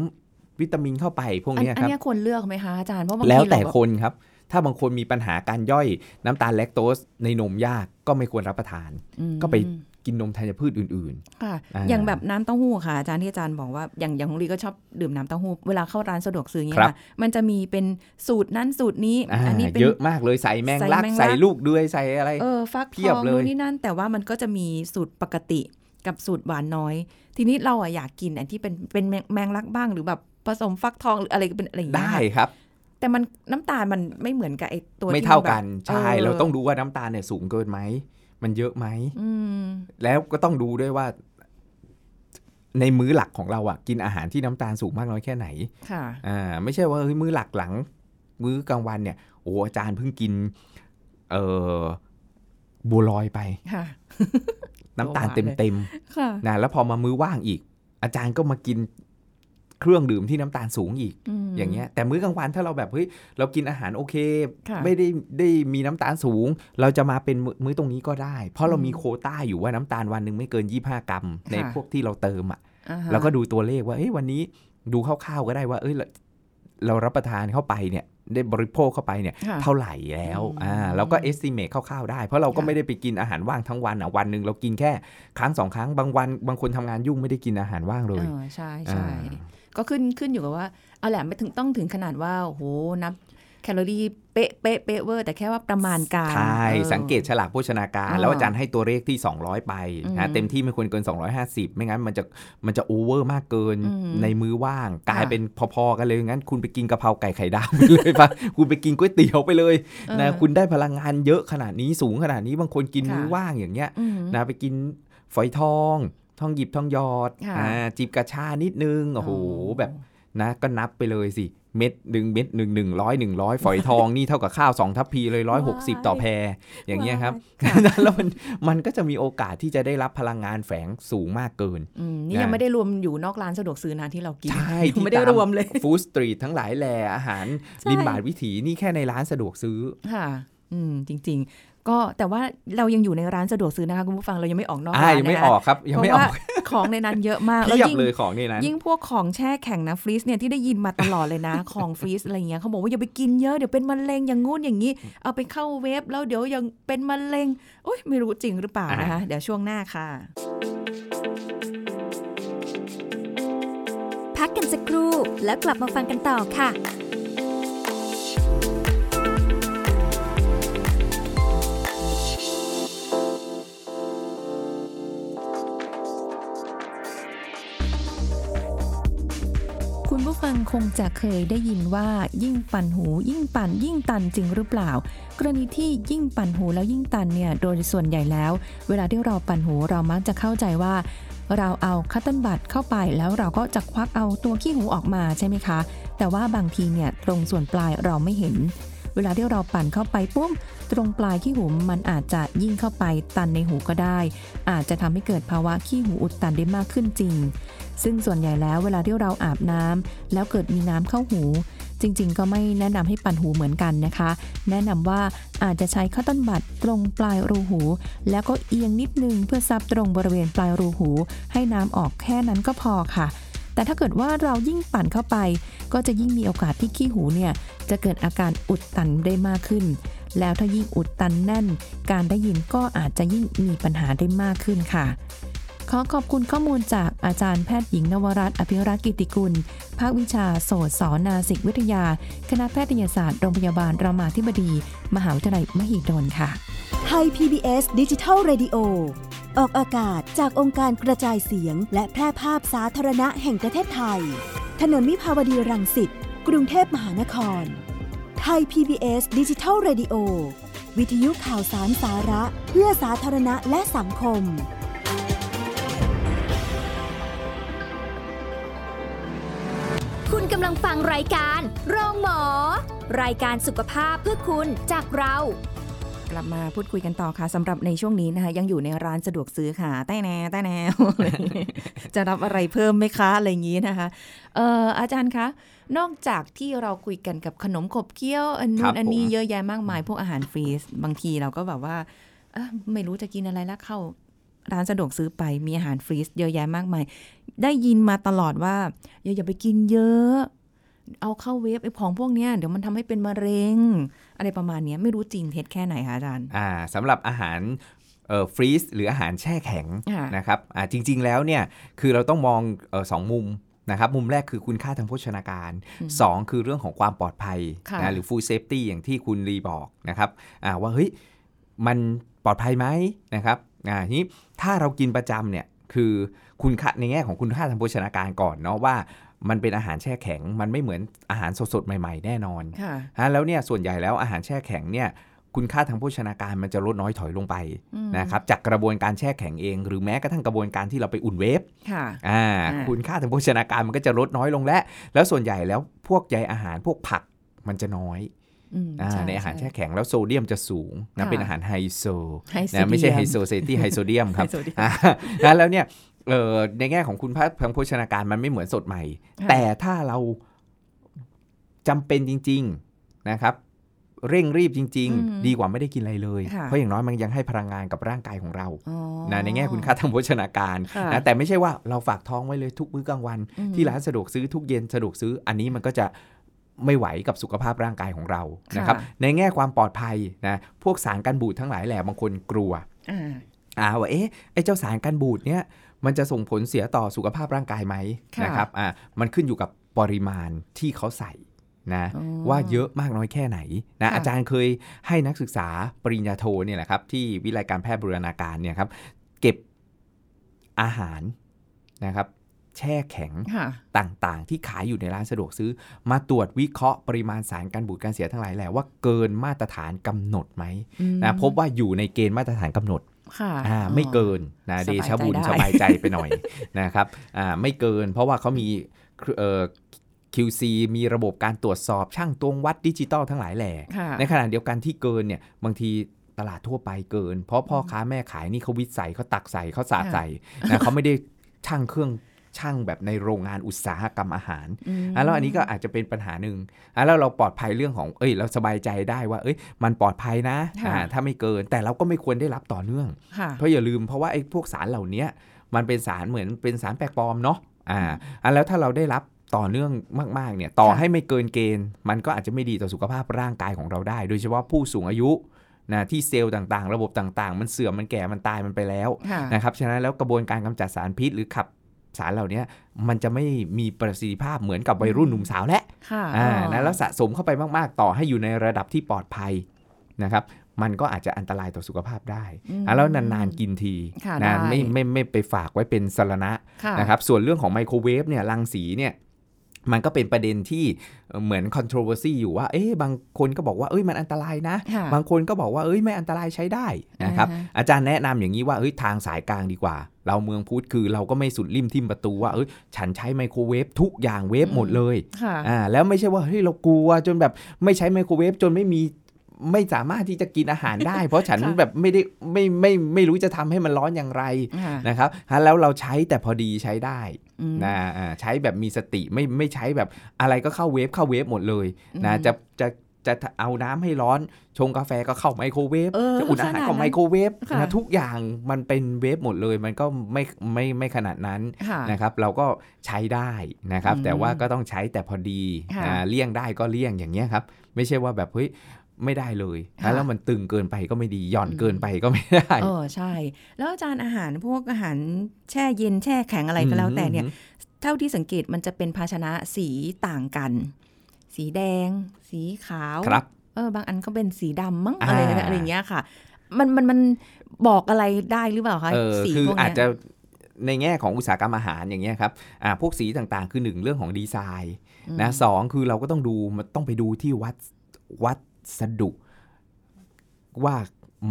Speaker 3: วิตามินเข้าไปพวก
Speaker 2: อัน
Speaker 3: เนี้ย
Speaker 2: อั
Speaker 3: คน รับ
Speaker 2: เนี้ยควรเลือกไหมคะอาจารย์เพราะบางที
Speaker 3: แล้วแต่
Speaker 2: เราบบ
Speaker 3: คนครับ ถ้าบางคนมีปัญหาการย่อยน้ำตาลแลคโตสในนมยากก็ไม่ควรรับประทาน
Speaker 2: อืม
Speaker 3: ก็ไป กินนมธัญพืชอื่น
Speaker 2: ค่ะ
Speaker 3: อ่า
Speaker 2: อย่างแบบน้ำเต้าหู้ค่ะอาจารย์ที่อาจารย์บอกว่าอย่างอย่างของลีก็ชอบดื่มน้ำเต้าหู้เวลาเข้าร้านสะดวกซื้ออย่างเงี้
Speaker 3: ค
Speaker 2: ย
Speaker 3: รับ
Speaker 2: ค่ะมันจะมีเป็นสูตรนั้นสูตรนี้
Speaker 3: ๆอ่า
Speaker 2: นี้เป็น
Speaker 3: เยอะมากเลยใส่แมง
Speaker 2: ใส่
Speaker 3: ลัก
Speaker 2: แมงลัก
Speaker 3: ใส่ลูกเดือยใส่อะไร
Speaker 2: เออฟัก
Speaker 3: เพี
Speaker 2: ท
Speaker 3: ยบ
Speaker 2: อง
Speaker 3: เลย
Speaker 2: นู่นนี่นั่น แต่ว่ามันก็จะมีสูตรปกติกับสูตรหวานน้อย ทีนี้เราอะอยากกินอันที่เป็นเป็นแมงแมงลักบ้างหรือแบบผสมฟักทองหรืออะไรเป็นอะไรอย่างเงี้ย
Speaker 3: ได้
Speaker 2: ค่ะ
Speaker 3: ครับ
Speaker 2: แต่มันน้ำตาลมันไม่เหมือนกับไอตัว
Speaker 3: ไม่
Speaker 2: ที่
Speaker 3: เท่า
Speaker 2: แบบ
Speaker 3: กันใช่
Speaker 2: อ
Speaker 3: เราต้องดูว่าน้ำตาลเนี่ยสูงเกินไหม มันเยอะไหม
Speaker 2: อืม
Speaker 3: แล้วก็ต้องดูด้วยว่า ในมื้อหลักของเราอ่ะกินอาหารที่น้ำตาลสูงมากน้อยแค่ไหน
Speaker 2: ค่ะ
Speaker 3: อ่าไม่ใช่ว่าเฮ้ยมื้อหลักหลัง มื้อกลางวันเนี่ยโอ้อาจารย์เพิ่งกินเอ่อบัวลอยไป
Speaker 2: ค่ะ
Speaker 3: น้ำตาลเต็มเต็มๆ
Speaker 2: ค่ะ
Speaker 3: นะแล้วพอมามื้อว่างอีก อาจารย์ก็มากินเครื่องดื่มที่น้ำตาลสูงอีก
Speaker 2: ม
Speaker 3: อย่างเงี้ยแต่มื้อกลางวันถ้าเราแบบเฮ้ยเรากินอาหารโอเค
Speaker 2: ค่ะ
Speaker 3: ไม่ได้ได้มีน้ำตาลสูง เราจะมาเป็นมื้อมื้อตรงนี้ก็ได้ เพราะเรา
Speaker 2: อืม
Speaker 3: มีโควต้าอยู่ว่าน้ำตาลวันหนึ่งไม่เกิน 25 กรัม ใน
Speaker 2: ค่ะ
Speaker 3: พวกที่เราเติมอ่ะ
Speaker 2: อ่าฮะ
Speaker 3: เราก็ดูตัวเลขว่าเอ้ยวันนี้ดูคร่าวๆก็ได้ว่า เอ้ยเราเรารับประทานเข้าไปเนี่ยได้บริโภคเข้าไปเนี่ย
Speaker 2: ค่ะ
Speaker 3: เท่าไหร่แล้ว
Speaker 2: อืม
Speaker 3: อ่าเราก็ estimate คร่าวๆได้ เพราะเราก็
Speaker 2: ค่ะ
Speaker 3: ไม่ได้ไปกินอาหารว่างทั้งวันอ่ะวันหนึ่งเรากินแค่ครั้งสองครั้งบางวันบางคนทำงานยุ่งไม่ได้กินอาหารว่างเล
Speaker 2: เอย อใช่ใช่
Speaker 3: อ่า
Speaker 2: ก็ขึ้นขึ้นอยู่กับว่าเอาแหละไม่ถึงต้องถึงขนาดว่าโอ้โหนับแคลอรี่เป๊ะเป๊ะเป๊ะเวอร์แต่แค่ว่าประมาณการ
Speaker 3: ใช่
Speaker 2: ออ
Speaker 3: สังเกตฉลากโภชนาการ
Speaker 2: อ่า
Speaker 3: แล้วอาจารย์ให้ตัวเลขที่ 200 ไป
Speaker 2: อื
Speaker 3: นะ
Speaker 2: ม
Speaker 3: เต็มที่ไม่ควรเกิน 250 ไม่งั้นมันจะมันจะโอเวอร์มากเกิน
Speaker 2: อืม
Speaker 3: ในมื้อว่าง กลาย
Speaker 2: ค่ะ
Speaker 3: เป็นพอๆกันเลยงั้นคุณไปกินกะเพราไก่ไข่ดาว <laughs> ไปเลยปะคุณไปกินก๋วยเตี๋ยวไปเลยนะ
Speaker 2: เออ
Speaker 3: คุณได้พลังงานเยอะขนาดนี้สูงขนาดนี้บางคนกิน
Speaker 2: ค่ะ
Speaker 3: มื้อว่างอย่างเงี้ย
Speaker 2: อืม
Speaker 3: นะไปกินฝอยทองทองหยิบทองหยอด
Speaker 2: ค่ะ
Speaker 3: อ่าจิบกระชานิดนึงโอ้โหแบบนะก็นับไปเลยสิ เม็ดหนึ่งเม็ดหนึ่งหนึ่งร้อยหนึ่งร้อยฝอยทองนี่เท่ากับข้าวสองทัพพีเลยร้อยหกสิบต่อแพร อย่างเงี้ยครับ <laughs> แล้วมันมันก็จะมีโอกาสที่จะได้รับพลังงานแฝงสูงมากเกิน
Speaker 2: อืมนี่
Speaker 3: นะ
Speaker 2: ยังไม่ได้รวมอยู่นอกร้านสะดวกซื้อนะที่เรากิน
Speaker 3: ใช่
Speaker 2: <laughs> ยังไม่ได้รวมเลย
Speaker 3: ฟู้ดสตรีททั้งหลายแหล่อาหาร
Speaker 2: ใช่
Speaker 3: ริมบาทวิถีนี่แค่ในร้านสะดวกซื้อ
Speaker 2: ค่ะ อืมจริง ๆ ก็แต่ว่าเรายังอยู่ในร้านสะดวกซื้อนะคะคุณผู้ฟังเรายังไม่ออกนอก
Speaker 3: อ่า
Speaker 2: ร้าน
Speaker 3: ยังไม่
Speaker 2: นะคะ
Speaker 3: ออกครับ ยัง
Speaker 2: เพ
Speaker 3: ไม่
Speaker 2: ราะ
Speaker 3: อ
Speaker 2: ว่า
Speaker 3: อก
Speaker 2: ของในนั้นเยอะมากแล้ว
Speaker 3: เพียบ
Speaker 2: ยิ่ง
Speaker 3: เลยของในนั้น
Speaker 2: ยิ่งพวกของแช่แข็งนะฟรีซเนี่ยที่ได้ยินมาตลอดเลยนะ <laughs> ของฟรีซอะไรเงี้ยเขาบอกว่าอย่าไปกินเยอะเดี๋ยวเป็นมะเร็งอย่างงู้นอย่างนี้ เอาไปเข้าเวฟแล้วเดี๋ยวยังเป็นมะเร็งโอ๊ยไม่รู้จริงหรือเปล่า
Speaker 3: อ่าน
Speaker 2: นะคะเดี๋ยวช่วงหน้าค่ะ
Speaker 1: พักกันสักครู่ แล้วกลับมาฟังกันต่อค่ะ
Speaker 2: คุณผู้ฟังคงจะเคยได้ยินว่ายิ่งปั่นหู ยิ่งปั่นยิ่งตันจริงหรือเปล่า กรณีที่ยิ่งปั่นหูแล้วยิ่งตันเนี่ยโดยส่วนใหญ่แล้ว เวลาที่เราปั่นหูเรามักจะเข้าใจว่า เราเอาคัตเติลบัตเข้าไปแล้วเราก็จะควักเอาตัวขี้หูออกมาใช่ไหมคะ แต่ว่าบางทีเนี่ยตรงส่วนปลายเราไม่เห็น เวลาที่เราปั่นเข้าไปปุ๊บตรงปลายขี้หูมันอาจจะยิ่งเข้าไปตันในหูก็ได้ อาจจะทำให้เกิดภาวะขี้หูอุดตันได้มากขึ้นจริง ซึ่งส่วนใหญ่แล้วเวลาที่เราอาบน้ำแล้วเกิดมีน้ำเข้าหู จริงๆ ก็ไม่แนะนำให้ปั่นหูเหมือนกันนะคะ แนะนำว่าอาจจะใช้ข้าวต้นบัตรตรงปลายรูหู แล้วก็เอียงนิดนึงเพื่อซับตรงบริเวณปลายรูหู ให้น้ำออกแค่นั้นก็พอค่ะ แต่ถ้าเกิดว่าเรายิ่งปั่นเข้าไป ก็จะยิ่งมีโอกาสที่ขี้หูเนี่ยจะเกิดอาการอุดตันได้มากขึ้น แล้วถ้ายิ่งอุดตันแน่น การได้ยินก็อาจจะยิ่งมีปัญหาได้มากขึ้นค่ะ ขอขอบคุณข้อมูลจากอาจารย์แพทย์หญิงนวรัตน์อภิรักษ์กิติกุล ภาควิชาโสตสอนนาสิกวิทยา คณะแพทยศาสตร์โรงพยาบาลรามาธิบดี มหาวิทยาลัยมหิดลค่ะ
Speaker 4: ไทย PBS ดิจิทัล Radio ออกอากาศจากองค์การกระจายเสียง และแพร่ภาพสาธารณะแห่งประเทศไทย ถนนวิภาวดีรังสิต กรุงเทพมหานคร ไทย PBS ดิจิทัล Radio วิทยุข่าวสารสาระ เพื่อสาธารณะและสังคม
Speaker 1: คุณกำลังฟังรายการโรงหมอ รายการสุขภาพเพื่อคุณจากเรา
Speaker 2: กลับมาพูดคุยกันต่อค่ะสำหรับในช่วงนี้นะคะ ยังอยู่ในร้านสะดวกซื้อค่ะใต้แนใต้แน อะไรอย่างงี้ <laughs> จะรับอะไรเพิ่มไหมคะอะไรอย่างนี้นะคะเอ่ออาจารย์คะนอกจากที่เราคุยกันกับขนมขบเคี้ยวอัน
Speaker 3: ครั
Speaker 2: นู้น
Speaker 3: บ
Speaker 2: อันนี้
Speaker 3: ผม
Speaker 2: เยอะแยะมากมายพวกอาหารฟรีบางทีเราก็แบบว่าเอ้อไม่รู้จะกินอะไรแล้วเข้า ร้านสะดวกซื้อไปมีอาหารฟรีซเยอะแยะมากมาย ได้ยินมาตลอดว่าอย่าอย่าไปกินเยอะ เอาเข้าเวฟไอ้ของพวกเนี้ยเดี๋ยวมันทำให้เป็นมะเร็ง อะไรประมาณเนี้ยไม่รู้จริงเท็จแค่ไหนคะอาจารย์
Speaker 3: อ่าสำหรับอาหารเอ่อฟรีซหรืออาหารแช่แข็ง
Speaker 2: ค่ะ
Speaker 3: นะครับอ่าจริงๆแล้วเนี่ยคือเราต้องมองเออสองมุมนะครับมุมแรกคือคุณค่าทางโภชนาการ 2 คือเรื่องของความปลอดภัย
Speaker 2: ค่ะ
Speaker 3: นะหรือ food safety อย่างที่คุณรีบอกนะครับอ่าว่าเฮ้ยมันปลอดภัยไหมนะครับอ่าทีนี้ถ้าเรากินประจำเนี่ยคือคุณค่าในแง่ของคุณค่าทางโภชนาการก่อนเนาะว่ามันเป็นอาหารแช่แข็ง มันไม่เหมือนอาหารสดๆใหม่ๆแน่นอน
Speaker 2: ค่ะ
Speaker 3: ฮะแล้วเนี่ยส่วนใหญ่แล้วอาหารแช่แข็งเนี่ยคุณค่าทางโภชนาการมันจะลดน้อยถอยลงไป
Speaker 2: อืม
Speaker 3: นะครับจากกระบวนการแช่แข็งเอง หรือแม้กระทั่งกระบวนการที่เราไปอุ่นเวฟ
Speaker 2: ค่ะ
Speaker 3: อ่า
Speaker 2: อ่า
Speaker 3: คุณค่าทางโภชนาการมันก็จะลดน้อยลงและ แล้วส่วนใหญ่แล้วพวกใยอาหารพวกผักมันจะน้อย
Speaker 2: อืม
Speaker 3: อา
Speaker 2: ช่
Speaker 3: ในอาหารแช่
Speaker 2: ช่
Speaker 3: แข็งแล้วโซเดียมจะสูงนะ
Speaker 2: ค่ะ
Speaker 3: เป็นอาหารไฮโซ
Speaker 2: ไฮโซ
Speaker 3: นะไม่ใช่
Speaker 2: เดีย
Speaker 3: ไฮโซเซตี้ไฮโซเดียมครับ
Speaker 2: ไฮโซเดียม
Speaker 3: อ่านะแล้วเนี่ยเอ่อในแง่ของคุณค่าทางโภชนาการมันไม่เหมือนสดใหม่
Speaker 2: ค่ะ
Speaker 3: แต่ถ้าเราจำเป็นจริง ๆนะครับ เร่งรีบจริง
Speaker 2: อืม
Speaker 3: ๆ ดีกว่าไม่ได้กินอะไรเลย
Speaker 2: ค่ะ
Speaker 3: เพราะอย่างน้อยมันยังให้พลังงานกับร่างกายของเรา
Speaker 2: อ๋อ
Speaker 3: นะในแง่คุณค่าทางโภชนาการ
Speaker 2: ค่ะ
Speaker 3: นะแต่ไม่ใช่ว่าเราฝากท้องไว้เลยทุกมื้อกลางวัน
Speaker 2: อืม
Speaker 3: ที่ร้านสะดวกซื้อทุกเย็นสะดวกซื้อ อันนี้มันก็จะไม่ไหวกับสุขภาพร่างกายของเรานะครับ
Speaker 2: ค่ะ
Speaker 3: ในแง่ความปลอดภัยนะพวกสารกันบูดทั้งหลายแหละบางคนกลัว
Speaker 2: อ่า
Speaker 3: อ่าว่าเอ๊ะไอ้เจ้าสารกันบูดเนี่ยมันจะส่งผลเสียต่อสุขภาพร่างกายไหม
Speaker 2: ค่ะ
Speaker 3: นะครับอ่ามันขึ้นอยู่กับปริมาณที่เขาใส่นะ
Speaker 2: อ๋อ
Speaker 3: ว่าเยอะมากน้อยแค่ไหนนะ
Speaker 2: ค่ะ
Speaker 3: อาจารย์เคยให้นักศึกษาปริญญาโทเนี่ยแหละครับที่วิทยาลัยการแพทย์บูรณาการเนี่ยครับเก็บอาหารนะครับแช่แข็ง
Speaker 2: ค่ะ
Speaker 3: ต่างๆ ที่ขายอยู่ในร้านสะดวกซื้อ มาตรวจวิเคราะห์ปริมาณสารกันบูดการเสียทั้งหลายแหละว่าเกินมาตรฐานกำหนดไหม
Speaker 2: อืม
Speaker 3: นะพบว่าอยู่ในเกณฑ์มาตรฐานกำหนด
Speaker 2: ค่ะ
Speaker 3: อ่าไม่เกินนะ
Speaker 2: ส
Speaker 3: เด
Speaker 2: บายใจ
Speaker 3: ชะบุญ
Speaker 2: ได้
Speaker 3: สบายใจไป
Speaker 2: <laughs>
Speaker 3: หน่อย นะครับอ่าไม่เกิน เพราะว่าเขามีเอ่อ QC มีระบบการตรวจสอบช่างตวงวัดดิจิตอลทั้งหลายแหล่
Speaker 2: ค่ะ
Speaker 3: ในขณะเดียวกันที่เกินเนี่ยบางทีตลาดทั่วไปเกิน เพราะพ่อค้าแม่ขายนี่เขาวิจัยเขาตักใส่เขาสาดใส่นะเขาไม่ได้ช่างเครื่องช่างแบบในโรงงานอุตสาหกรรมอาหาร
Speaker 2: อืม
Speaker 3: อ่ะแล้วอันนี้ก็อาจจะเป็นปัญหาหนึ่งอ่ะแล้วเราปลอดภัยเรื่องของ เอ้ย เราสบายใจได้ว่า เอ้ย มันปลอดภัยนะ
Speaker 2: ค่ะ
Speaker 3: อ่าถ้าไม่เกิน แต่เราก็ไม่ควรได้รับต่อเนื่อง
Speaker 2: ค่ะ
Speaker 3: เพราะอย่าลืมเพราะว่าไอ้พวกสารเหล่าเนี้ยมันเป็นสารเหมือนเป็นสารแปลกปลอมเนาะ อ่าอันแล้วถ้าเราได้รับต่อเนื่องมากๆเนี่ย ต่อ
Speaker 2: ค่ะ
Speaker 3: ให้ไม่เกินเกณฑ์ มันก็อาจจะไม่ดีต่อสุขภาพร่างกายของเราได้ โดยเฉพาะผู้สูงอายุนะที่เซลล์ต่างๆ ระบบต่างๆ มันเสื่อม มันแก่ มันตาย มันไปแล้ว
Speaker 2: ค่ะ
Speaker 3: นะครับ ฉะนั้นแล้วกระบวนการกำจัดสารพิษหรือขับสารเหล่าเนี้ยมันจะไม่มีประสิทธิภาพเหมือนกับวัยรุ่นหนุ่มสาวแหละ
Speaker 2: ค่ะ
Speaker 3: อ่านะแล้วสะสมเข้าไปมาก ๆ ต่อให้อยู่ในระดับที่ปลอดภัยนะครับ มันก็อาจจะอันตรายต่อสุขภาพได้
Speaker 2: อืม
Speaker 3: อ่ะแล้วนาน ๆ กินที
Speaker 2: ค่ะ
Speaker 3: นะ
Speaker 2: ได้
Speaker 3: ไม่ไม่ไม่ไปฝากไว้เป็นสารณะ
Speaker 2: ค่ะ
Speaker 3: นะครับ ส่วนเรื่องของไมโครเวฟเนี่ยรังสีเนี่ย มันก็เป็นประเด็นที่เอ่อเหมือน controversy อยู่ว่า เอ๊ะบางคนก็บอกว่า เอ้ย มันอันตรายนะ
Speaker 2: ค่ะ
Speaker 3: บางคนก็บอกว่า เอ้ย ไม่อันตรายใช้ได้นะครับ
Speaker 2: อ่าฮะ
Speaker 3: อาจารย์แนะนำอย่างนี้ว่า เอ้ย ทางสายกลางดีกว่า เราเมืองพุทธคือเราก็ไม่สุดริมทิมประตูว่า เอ้ย ฉันใช้ไมโครเวฟทุกอย่างเวฟหมดเลย
Speaker 2: ค่ะ
Speaker 3: อ่า แล้วไม่ใช่ว่า เฮ้ย เรากลัวจนแบบไม่ใช้ไมโครเวฟจนไม่มี ไม่สามารถที่จะกินอาหาร
Speaker 2: <laughs>
Speaker 3: ได้ เพราะฉัน
Speaker 2: ค่ะ
Speaker 3: แบบไม่ได้ไม่ไม่ไม่รู้จะทำให้มันร้อนอย่างไร
Speaker 2: ค่ะ
Speaker 3: นะครับฮะแล้วเราใช้แต่พอดีใช้ได้
Speaker 2: อืม
Speaker 3: นะอ่าใช้แบบมีสติไม่ไม่ใช้แบบอะไรก็เข้าเวฟเข้าเวฟหมดเลยนะ
Speaker 2: อืม
Speaker 3: จะจะจะเอาน้ำให้ร้อน ชงกาแฟก็เข้าไมโครเวฟ
Speaker 2: เออ
Speaker 3: จะอุ่นอาหา
Speaker 2: ข
Speaker 3: ร
Speaker 2: นาดนั้
Speaker 3: ก็
Speaker 2: น
Speaker 3: ไมโครเวฟ
Speaker 2: ค่ะ
Speaker 3: นะทุกอย่างมันเป็นเวฟหมดเลย มันก็ไม่ไม่ไม่ขนาดนั้น
Speaker 2: ค่ะ
Speaker 3: นะครับ เราก็ใช้ได้นะครับ
Speaker 2: อืม
Speaker 3: แต่ว่าก็ต้องใช้แต่พอดี
Speaker 2: ค่ะ
Speaker 3: นะเลี่ยงได้ก็เลี่ยงอย่างเงี้ยครับ ไม่ใช่ว่าแบบเฮ้ยไม่ได้เลยนะ
Speaker 2: ค่ะ
Speaker 3: แล้วมันตึงเกินไปก็ไม่ดีหย่อน
Speaker 2: อืม
Speaker 3: เกินไปก็ไม่ได้
Speaker 2: เออใช่ แล้วอาจารย์อาหารพวกอาหารแช่เย็นแช่แข็งอะไรก็แล้วแต่เนี่ย
Speaker 3: อืม
Speaker 2: เท่าที่สังเกตมันจะเป็นภาชนะสีต่างกัน สีแดง สีขาว
Speaker 3: ครับ
Speaker 2: เออบางอันก็เป็นสีดำมั้ง
Speaker 3: อ่า
Speaker 2: อะไรนะอะไรอย่างเงี้ยค่ะ มันมันมันบอกอะไรได้หรือเปล่าคะ
Speaker 3: เออ
Speaker 2: สี
Speaker 3: คือ
Speaker 2: พวก
Speaker 3: อาจ
Speaker 2: เนี้ย
Speaker 3: จะในแง่ของอุตสาหกรรมอาหารอย่างเงี้ยครับอ่าพวกสีต่างๆ คือหนึ่งเรื่องของดีไซน์นะสองคือเราก็ต้องดูมันต้องไปดูที่วัดวัสดุว่า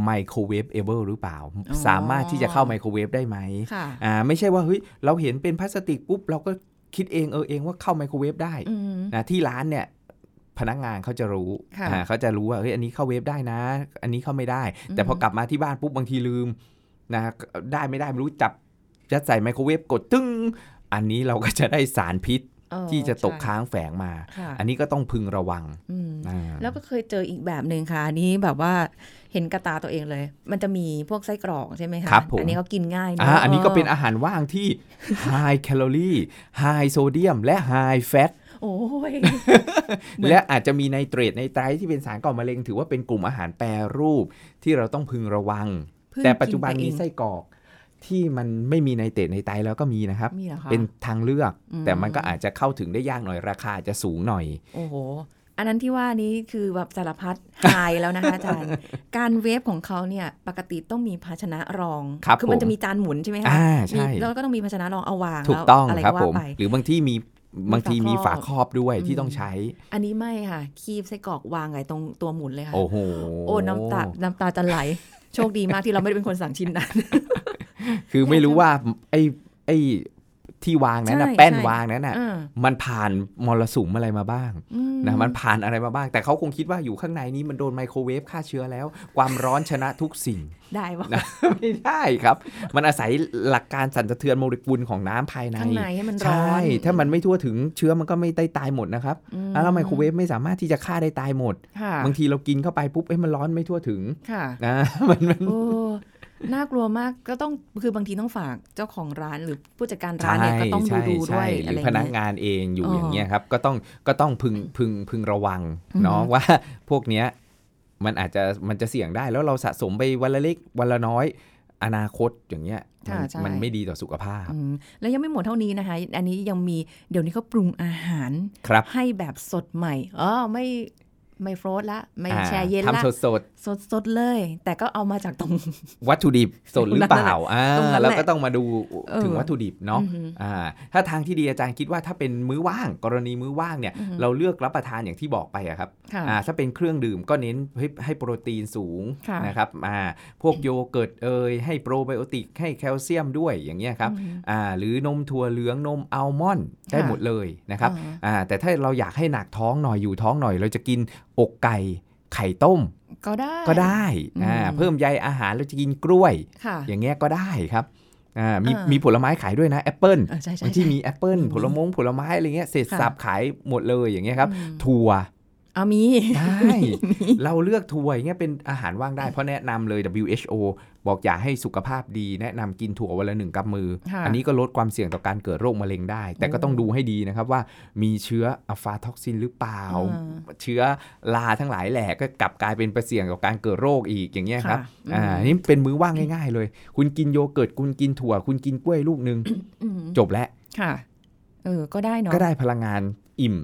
Speaker 3: ไมโครเวฟเอเบิลหรือเปล่า
Speaker 2: อ๋อ
Speaker 3: สามารถที่จะเข้าไมโครเวฟได้ไหม
Speaker 2: ค่ะ
Speaker 3: อ่าไม่ใช่ว่าเฮ้ยเราเห็นเป็นพลาสติกปุ๊บ เราก็คิดเองเออเองว่าเข้าไมโครเวฟได้
Speaker 2: อืม
Speaker 3: นะที่ร้านเนี่ยพนักงานเขาจะรู้
Speaker 2: ค่ะ
Speaker 3: อ่าเขาจะรู้ว่าเฮ้ยอันนี้เข้าเวฟได้นะ อันนี้เข้าไม่ได้ แต่
Speaker 2: อืม
Speaker 3: พอกลับมาที่บ้านปุ๊บบางทีลืมนะได้ไม่ได้ไม่รู้จับยัดใส่ไมโครเวฟกดตึ้ง อันนี้เราก็จะได้สารพิษ
Speaker 2: เออ
Speaker 3: ที่จะตก
Speaker 2: ใช่
Speaker 3: ค้างแฝงมา
Speaker 2: ค่ะ
Speaker 3: อันนี้ก็ต้องพึงระวัง
Speaker 2: อืม
Speaker 3: อ่า
Speaker 2: แล้วก็เคยเจออีกแบบหนึ่งค่ะอันนี้แบบว่าเห็นกระตาตัวเองเลย มันจะมีพวกไส้กรอกใช่ไหมคะ
Speaker 3: ครับผม
Speaker 2: อันี้เขากินง่ายเะ
Speaker 3: อ่าอันนี้ก็เป็นอาหารว่างที่ high แคลอรี่ high โซเดียมและ high fat
Speaker 2: โอ้ย เหมือน
Speaker 3: และอาจจะมีไนเตรตในไตรที่เป็นสารก่อมะเร็งถือว่าเป็นกลุ่มอาหารแปรรูปที่เราต้องพึงระวัง
Speaker 2: เพิ่ง
Speaker 3: แต่ปัจจุบัน
Speaker 2: กิไป
Speaker 3: มี
Speaker 2: เอง
Speaker 3: ไส้กรอกที่มันไม่มีไนเตรตในไตรแล้วก็มีนะครับ
Speaker 2: มีเหรอคะ
Speaker 3: เป็นทางเลือก
Speaker 2: อืม
Speaker 3: แต่มันก็อาจจะเข้าถึงได้ยากหน่อยราคาจะสูงหน่อย
Speaker 2: โอ้โห อันนั้นที่ว่านี้คือแบบสารพัดหายแล้วนะคะอา
Speaker 3: <laughs>
Speaker 2: จารย์ การเวฟของเขาเนี่ยปกติต้องมีภาชนะรอง
Speaker 3: ครับ
Speaker 2: อมัน
Speaker 3: ผม
Speaker 2: จะมีจานหมุนใช่ไหมคะ
Speaker 3: อ่าใช่
Speaker 2: มีแล้วก็ต้องมีภาชนะรองเอาวาง
Speaker 3: ถูก
Speaker 2: แล้ว
Speaker 3: ต้อง
Speaker 2: อะไร
Speaker 3: ครับ
Speaker 2: ก็ว่า
Speaker 3: ผม
Speaker 2: ไป
Speaker 3: หรือบางที่มี
Speaker 2: มี
Speaker 3: บางทีมี
Speaker 2: ฝา
Speaker 3: ฝา
Speaker 2: ค
Speaker 3: ค
Speaker 2: ร
Speaker 3: ร
Speaker 2: อ
Speaker 3: อ
Speaker 2: บบ
Speaker 3: ด้วย
Speaker 2: อืม
Speaker 3: ที่ต้องใช้
Speaker 2: อันนี้ไม่ค่ะ คีบไส้กรอกวางไงตรงตัวหมุนเลยค่ะ
Speaker 3: โอ้โห
Speaker 2: โอ้น้ำตาน้ำตาจะไหล โชคดีมากที่เราไม่ได้เป็นคนสั่งชิ้นนั้น
Speaker 3: คือไม่รู้ว่าไอ้ไอ้ที่วางนั้นนะ
Speaker 2: ใช่
Speaker 3: แป้น
Speaker 2: ใช่
Speaker 3: วางนั้นน่ะ
Speaker 2: อ่า
Speaker 3: มันผ่านมรสุมอะไรมาบ้าง
Speaker 2: อื
Speaker 3: นะมันผ่านอะไรมาบ้าง แต่เขาคงคิดว่าอยู่ข้างในนี้มันโดนไมโครเวฟฆ่าเชื้อแล้ว ความร้อนชนะทุก
Speaker 2: <laughs>
Speaker 3: สิ่ง
Speaker 2: ได้ปะ
Speaker 3: นะ ไม่ได้ครับ มันอาศัยหลักการสั่นสะเทือนโมเลกุลของน้ำภายใน
Speaker 2: ข้างในให้มันร้อ
Speaker 3: ใช่
Speaker 2: น
Speaker 3: ถ้ามันไม่ทั่วถึงเชื้อมันก็ไม่ได้ตายหมดนะครับ
Speaker 2: อื
Speaker 3: แล้วไมโครเวฟไม่สามารถที่จะฆ่าได้ตายหมด
Speaker 2: ค่ะ
Speaker 3: บางทีเรากินเข้าไปปุ๊บเอ้ยมันร้อนไม่ทั่วถึง
Speaker 2: ค่ะ
Speaker 3: นะ มันมัน
Speaker 2: โอ้น่ากลัวมากก็ต้องคือบางทีต้องฝากเจ้าของร้านหรือผู้จัดการร้านเนี่ยก็ต้องดู
Speaker 3: ใช่
Speaker 2: ดูด้
Speaker 3: ใช่
Speaker 2: วย
Speaker 3: ห
Speaker 2: อะ
Speaker 3: รื
Speaker 2: ไร
Speaker 3: อ
Speaker 2: อ
Speaker 3: พ
Speaker 2: ย่าง
Speaker 3: นัก
Speaker 2: เงี้ย
Speaker 3: งานเองอยู่
Speaker 2: อ๋ออ
Speaker 3: อย่างเงี้ยครับก็ต้องก็ต้องพึงพึงพึงระวังเนาะ <laughs>
Speaker 2: อือฮึ
Speaker 3: ว่าพวกเนี้ยมันอาจจะมันจะเสี่ยงได้แล้วเราสะสมไปวันละเล็กวันละน้อย อนาคตอย่างเงี้ยมั
Speaker 2: ค่ะใช่
Speaker 3: มันไม่ดีต่อสุขภาพ
Speaker 2: อืมแล้วยังไม่หมดเท่านี้นะคะ อันนี้ยังมีเดี๋ยวนี้เขาปรุงอาหาร
Speaker 3: ครับ
Speaker 2: ให้แบบสดใหม่อ๋อไม่ไม่ฟรอสละ ไม่
Speaker 3: อ่า
Speaker 2: แช่เย็นละ
Speaker 3: ทำสดสด
Speaker 2: สดสดๆเลย แต่ก็เอามาจากตรง
Speaker 3: ๆวัตถุดิบสดหรือเปล่าอ่า
Speaker 2: ตรงนั้นแหละ
Speaker 3: แล้วก็ต้องมาดู
Speaker 2: เออ
Speaker 3: ถึงวัตถุดิบเนาะ
Speaker 2: อือฮึ
Speaker 3: อ่าถ้าทางที่ดีอาจารย์คิดว่าถ้าเป็นมื้อว่างกรณีมื้อว่างเนี่ย
Speaker 2: อือฮึ
Speaker 3: เราเลือกรับประทานอย่างที่บอกไปอะครับ
Speaker 2: ค่ะ
Speaker 3: อ่าถ้าเป็นเครื่องดื่มก็เน้นให้ให้โปรตีนสูง
Speaker 2: ค่ะ
Speaker 3: นะครับอ่าพวกโยเกิร์ตเอยให้โปรไบโอติกให้แคลเซียมด้วยอย่างเงี้ยครับ
Speaker 2: อืม
Speaker 3: อ่าหรือนมถั่วเหลืองนมอัลมอนด์ได้
Speaker 2: ค่ะ
Speaker 3: หมดเลยนะครับ
Speaker 2: อ่า
Speaker 3: อ่าแต่ถ้าเราอยากให้หนักท้องหน่อยอยู่ท้องหน่อย เราจะกินอกไก่ไข่ต้ม
Speaker 2: ก็ได้
Speaker 3: ก็ได้อ่า
Speaker 2: อืม
Speaker 3: เพิ่มใยอาหารเราจะกินกล้วย
Speaker 2: ค่ะ
Speaker 3: อย่างเงี้ยก็ได้ครับอ่ามี
Speaker 2: อ่ามี
Speaker 3: มีผลไม้ขายด้วยนะแอปเปิ้ล
Speaker 2: เออใช่ใช่
Speaker 3: บางที่
Speaker 2: ใช่
Speaker 3: มีแอปเปิ้ลผลมงผลไม้อะไรเงี้ยเศษ
Speaker 2: ค่ะ
Speaker 3: สับขายหมดเลยอย่างเงี้ยครับ
Speaker 2: อืม
Speaker 3: ถั่ว
Speaker 2: เอามี
Speaker 3: ได้
Speaker 2: <laughs>
Speaker 3: เราเลือกถั่วอย่างเงี้ยเป็นอาหารว่างได้เพราะแนะนำเลย WHO บอกอยากให้สุขภาพดีแนะนำกินถั่ววันละหนึ่งกำมือ
Speaker 2: ค่ะ
Speaker 3: อันี้ก็ลดความเสี่ยงต่อการเกิดโรคมะเร็งได้ แต่ก็ต้องดูให้ดีนะครับว่ามีเชื้ออัลฟาท็อกซินหรือเปล่า
Speaker 2: อ่า
Speaker 3: เชื้อลาทั้งหลายแหล่ก็กลับกลายเป็นไปเสี่ยงต่อการเกิดโรคอีกอย่างเงี้ยครับ
Speaker 2: ค่ะอืม
Speaker 3: อ่าอันนี้เป็นมื้อว่างง่ายๆเลย คุณกินโยเกิร์ตคุณกินถั่ว คุณกินกล้วยลูกหนึ่ง
Speaker 2: อืม
Speaker 3: จบแล้ว
Speaker 2: ค่ะ เออก็ได้เนาะ
Speaker 3: ก็ได้พลังงานอิ่ม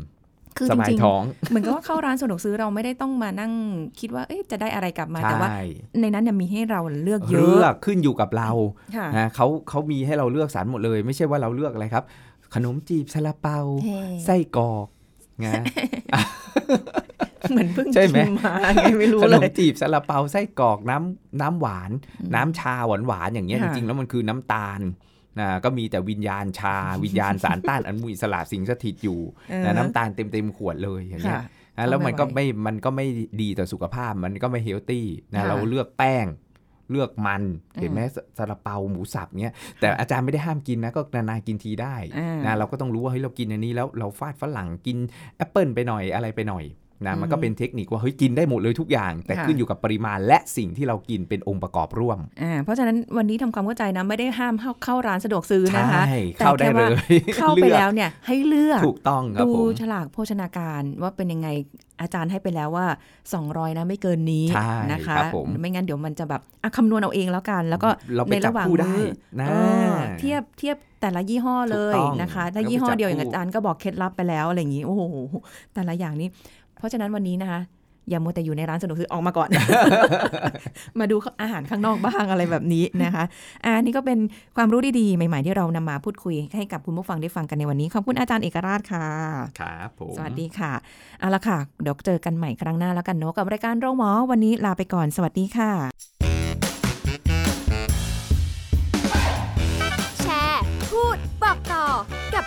Speaker 2: คือ
Speaker 3: ส
Speaker 2: จ
Speaker 3: บาย
Speaker 2: ริงๆ
Speaker 3: ท้อง
Speaker 2: เหมือนกับว่าเข้าร้านสะดวกซื้อเราไม่ได้ต้องมานั่งคิดว่าเอ๊ะจะได้อะไรกลับมาแต่ว่า
Speaker 3: ใช่
Speaker 2: ในนั้นเนี่ยมีให้เราเลือกเย
Speaker 3: เลื
Speaker 2: อะ
Speaker 3: อกขึ้นอยู่กับเรา
Speaker 2: ค่ะ
Speaker 3: นะเขาเขามีให้เราเลือกสรรหมดเลย ไม่ใช่ว่าเราเลือกอะไรครับ ขนมจีบซาลาเปา
Speaker 2: เฮ้
Speaker 3: ไส้กรอกนะ
Speaker 2: เหมือนเพิ่ง
Speaker 3: ใช่ไหม
Speaker 2: กินมาไงไม่รู้
Speaker 3: ขน
Speaker 2: เล
Speaker 3: ม
Speaker 2: ย
Speaker 3: จีบซาลาเปาไส้กรอกน้ำน้ำหวาน
Speaker 2: อืม
Speaker 3: น้ำชาหวานหวานๆอย่างเงี้ยจ
Speaker 2: ค่ะ
Speaker 3: ริงๆแล้วมันคือน้ำตาลนะก็มีแต่วิญญาณ
Speaker 2: <laughs>
Speaker 3: ชา วิญญาณสารต้านอนุมูลอิสระสิงสถิตอยู่
Speaker 2: เออ
Speaker 3: นะน้ำตาลเต็มเต็มๆขวดเลยอย่างเงี้
Speaker 2: ค่ะ
Speaker 3: ย นะแล้วมัน
Speaker 2: เอา
Speaker 3: ก็
Speaker 2: ไม่
Speaker 3: ไม่ มันก็ไม่ดีต่อสุขภาพ มันก็ไม่เฮลตี้นะ
Speaker 2: ค่ะ
Speaker 3: เราเลือกแป้ง เลือกมัน เห็นไหมสซาลาเปาหมูสับเนี้ย แต่อาจารย์ไม่ได้ห้ามกินนะ ก็นานๆกินทีได้
Speaker 2: อ่าน
Speaker 3: นะ เราก็ต้องรู้ว่าเฮ้ยเรากินอันนี้แล้วเราฟาดฝรั่งกินแอปเปิลไปหน่อยอะไรไปหน่อยนะ มันก็
Speaker 2: อืม
Speaker 3: เป็นเทคนิคว่าเฮ้ยกินได้หมดเลยทุกอย่าง แต่
Speaker 2: ค่ะ
Speaker 3: ขึ้นอยู่กับปริมาณและสิ่งที่เรากินเป็นองค์ประกอบร่วม
Speaker 2: อ่าเพราะฉะนั้นวันนี้ทำความเข้าใจนะไม่ได้ห้ามเข้าเข้าร้านสะดวกซื้อ
Speaker 3: ใช
Speaker 2: นะคะ
Speaker 3: ่ เข้าได้เลย
Speaker 2: เข้าไป
Speaker 3: อก
Speaker 2: แล้วเนี่ยให้เลือก
Speaker 3: ถูกต้องครับ
Speaker 2: ดู
Speaker 3: ผม
Speaker 2: ฉลากโภชนาการว่าเป็นยังไงอาจารย์ให้ไปแล้วว่า 200 นะไม่เกินนี้
Speaker 3: ใช่
Speaker 2: นะคะ
Speaker 3: ครับผม
Speaker 2: ไม่งั้นเดี๋ยวมันจะแบบอ่ะคำนวณเอาเองแล้วกัน แล้วก็
Speaker 3: เราไป
Speaker 2: ใน
Speaker 3: จั
Speaker 2: ระ
Speaker 3: บ
Speaker 2: หว่าง
Speaker 3: คู่ได้
Speaker 2: มื้อ
Speaker 3: นะ
Speaker 2: เออเทียบเทียบแต่ละยี่ห้อเลย
Speaker 3: ถูกต้อง
Speaker 2: นะคะถ้า
Speaker 3: แล้ว
Speaker 2: ยี่ห้อ
Speaker 3: ไปจับ
Speaker 2: เดียวอย่าง
Speaker 3: คู่
Speaker 2: อาจารย์ก็บอกเคล็ดลับไปแล้วอะไรอย่างนี้โอ้โหแต่ละอย่างนี้ เพราะฉะนั้นวันนี้นะคะ อย่ามัวแต่อยู่ในร้านสะดวกซื้อออกมา
Speaker 3: <laughs>
Speaker 2: ก่อน มาดูอาหารข้างนอกบ้างอะไรแบบนี้นะคะอะอันนี้ก็เป็นความรู้ดีๆใหม่ๆที่เรานำมาพูดคุยให้กับคุณผู้ฟังได้ฟังกันในวันนี้ขอบคุณอาจารย์เอกราชค่ะ
Speaker 3: ครับผม
Speaker 2: สวัสดีค่ะ เอาละค่ะ เดี๋ยวเจอกันใหม่ครั้งหน้าแล้วกันเนาะกับรายการโรงหมอ วันนี้ลาไปก่อน สวัสดีค่ะ
Speaker 1: แชร์ พูด บอกต่อ กับ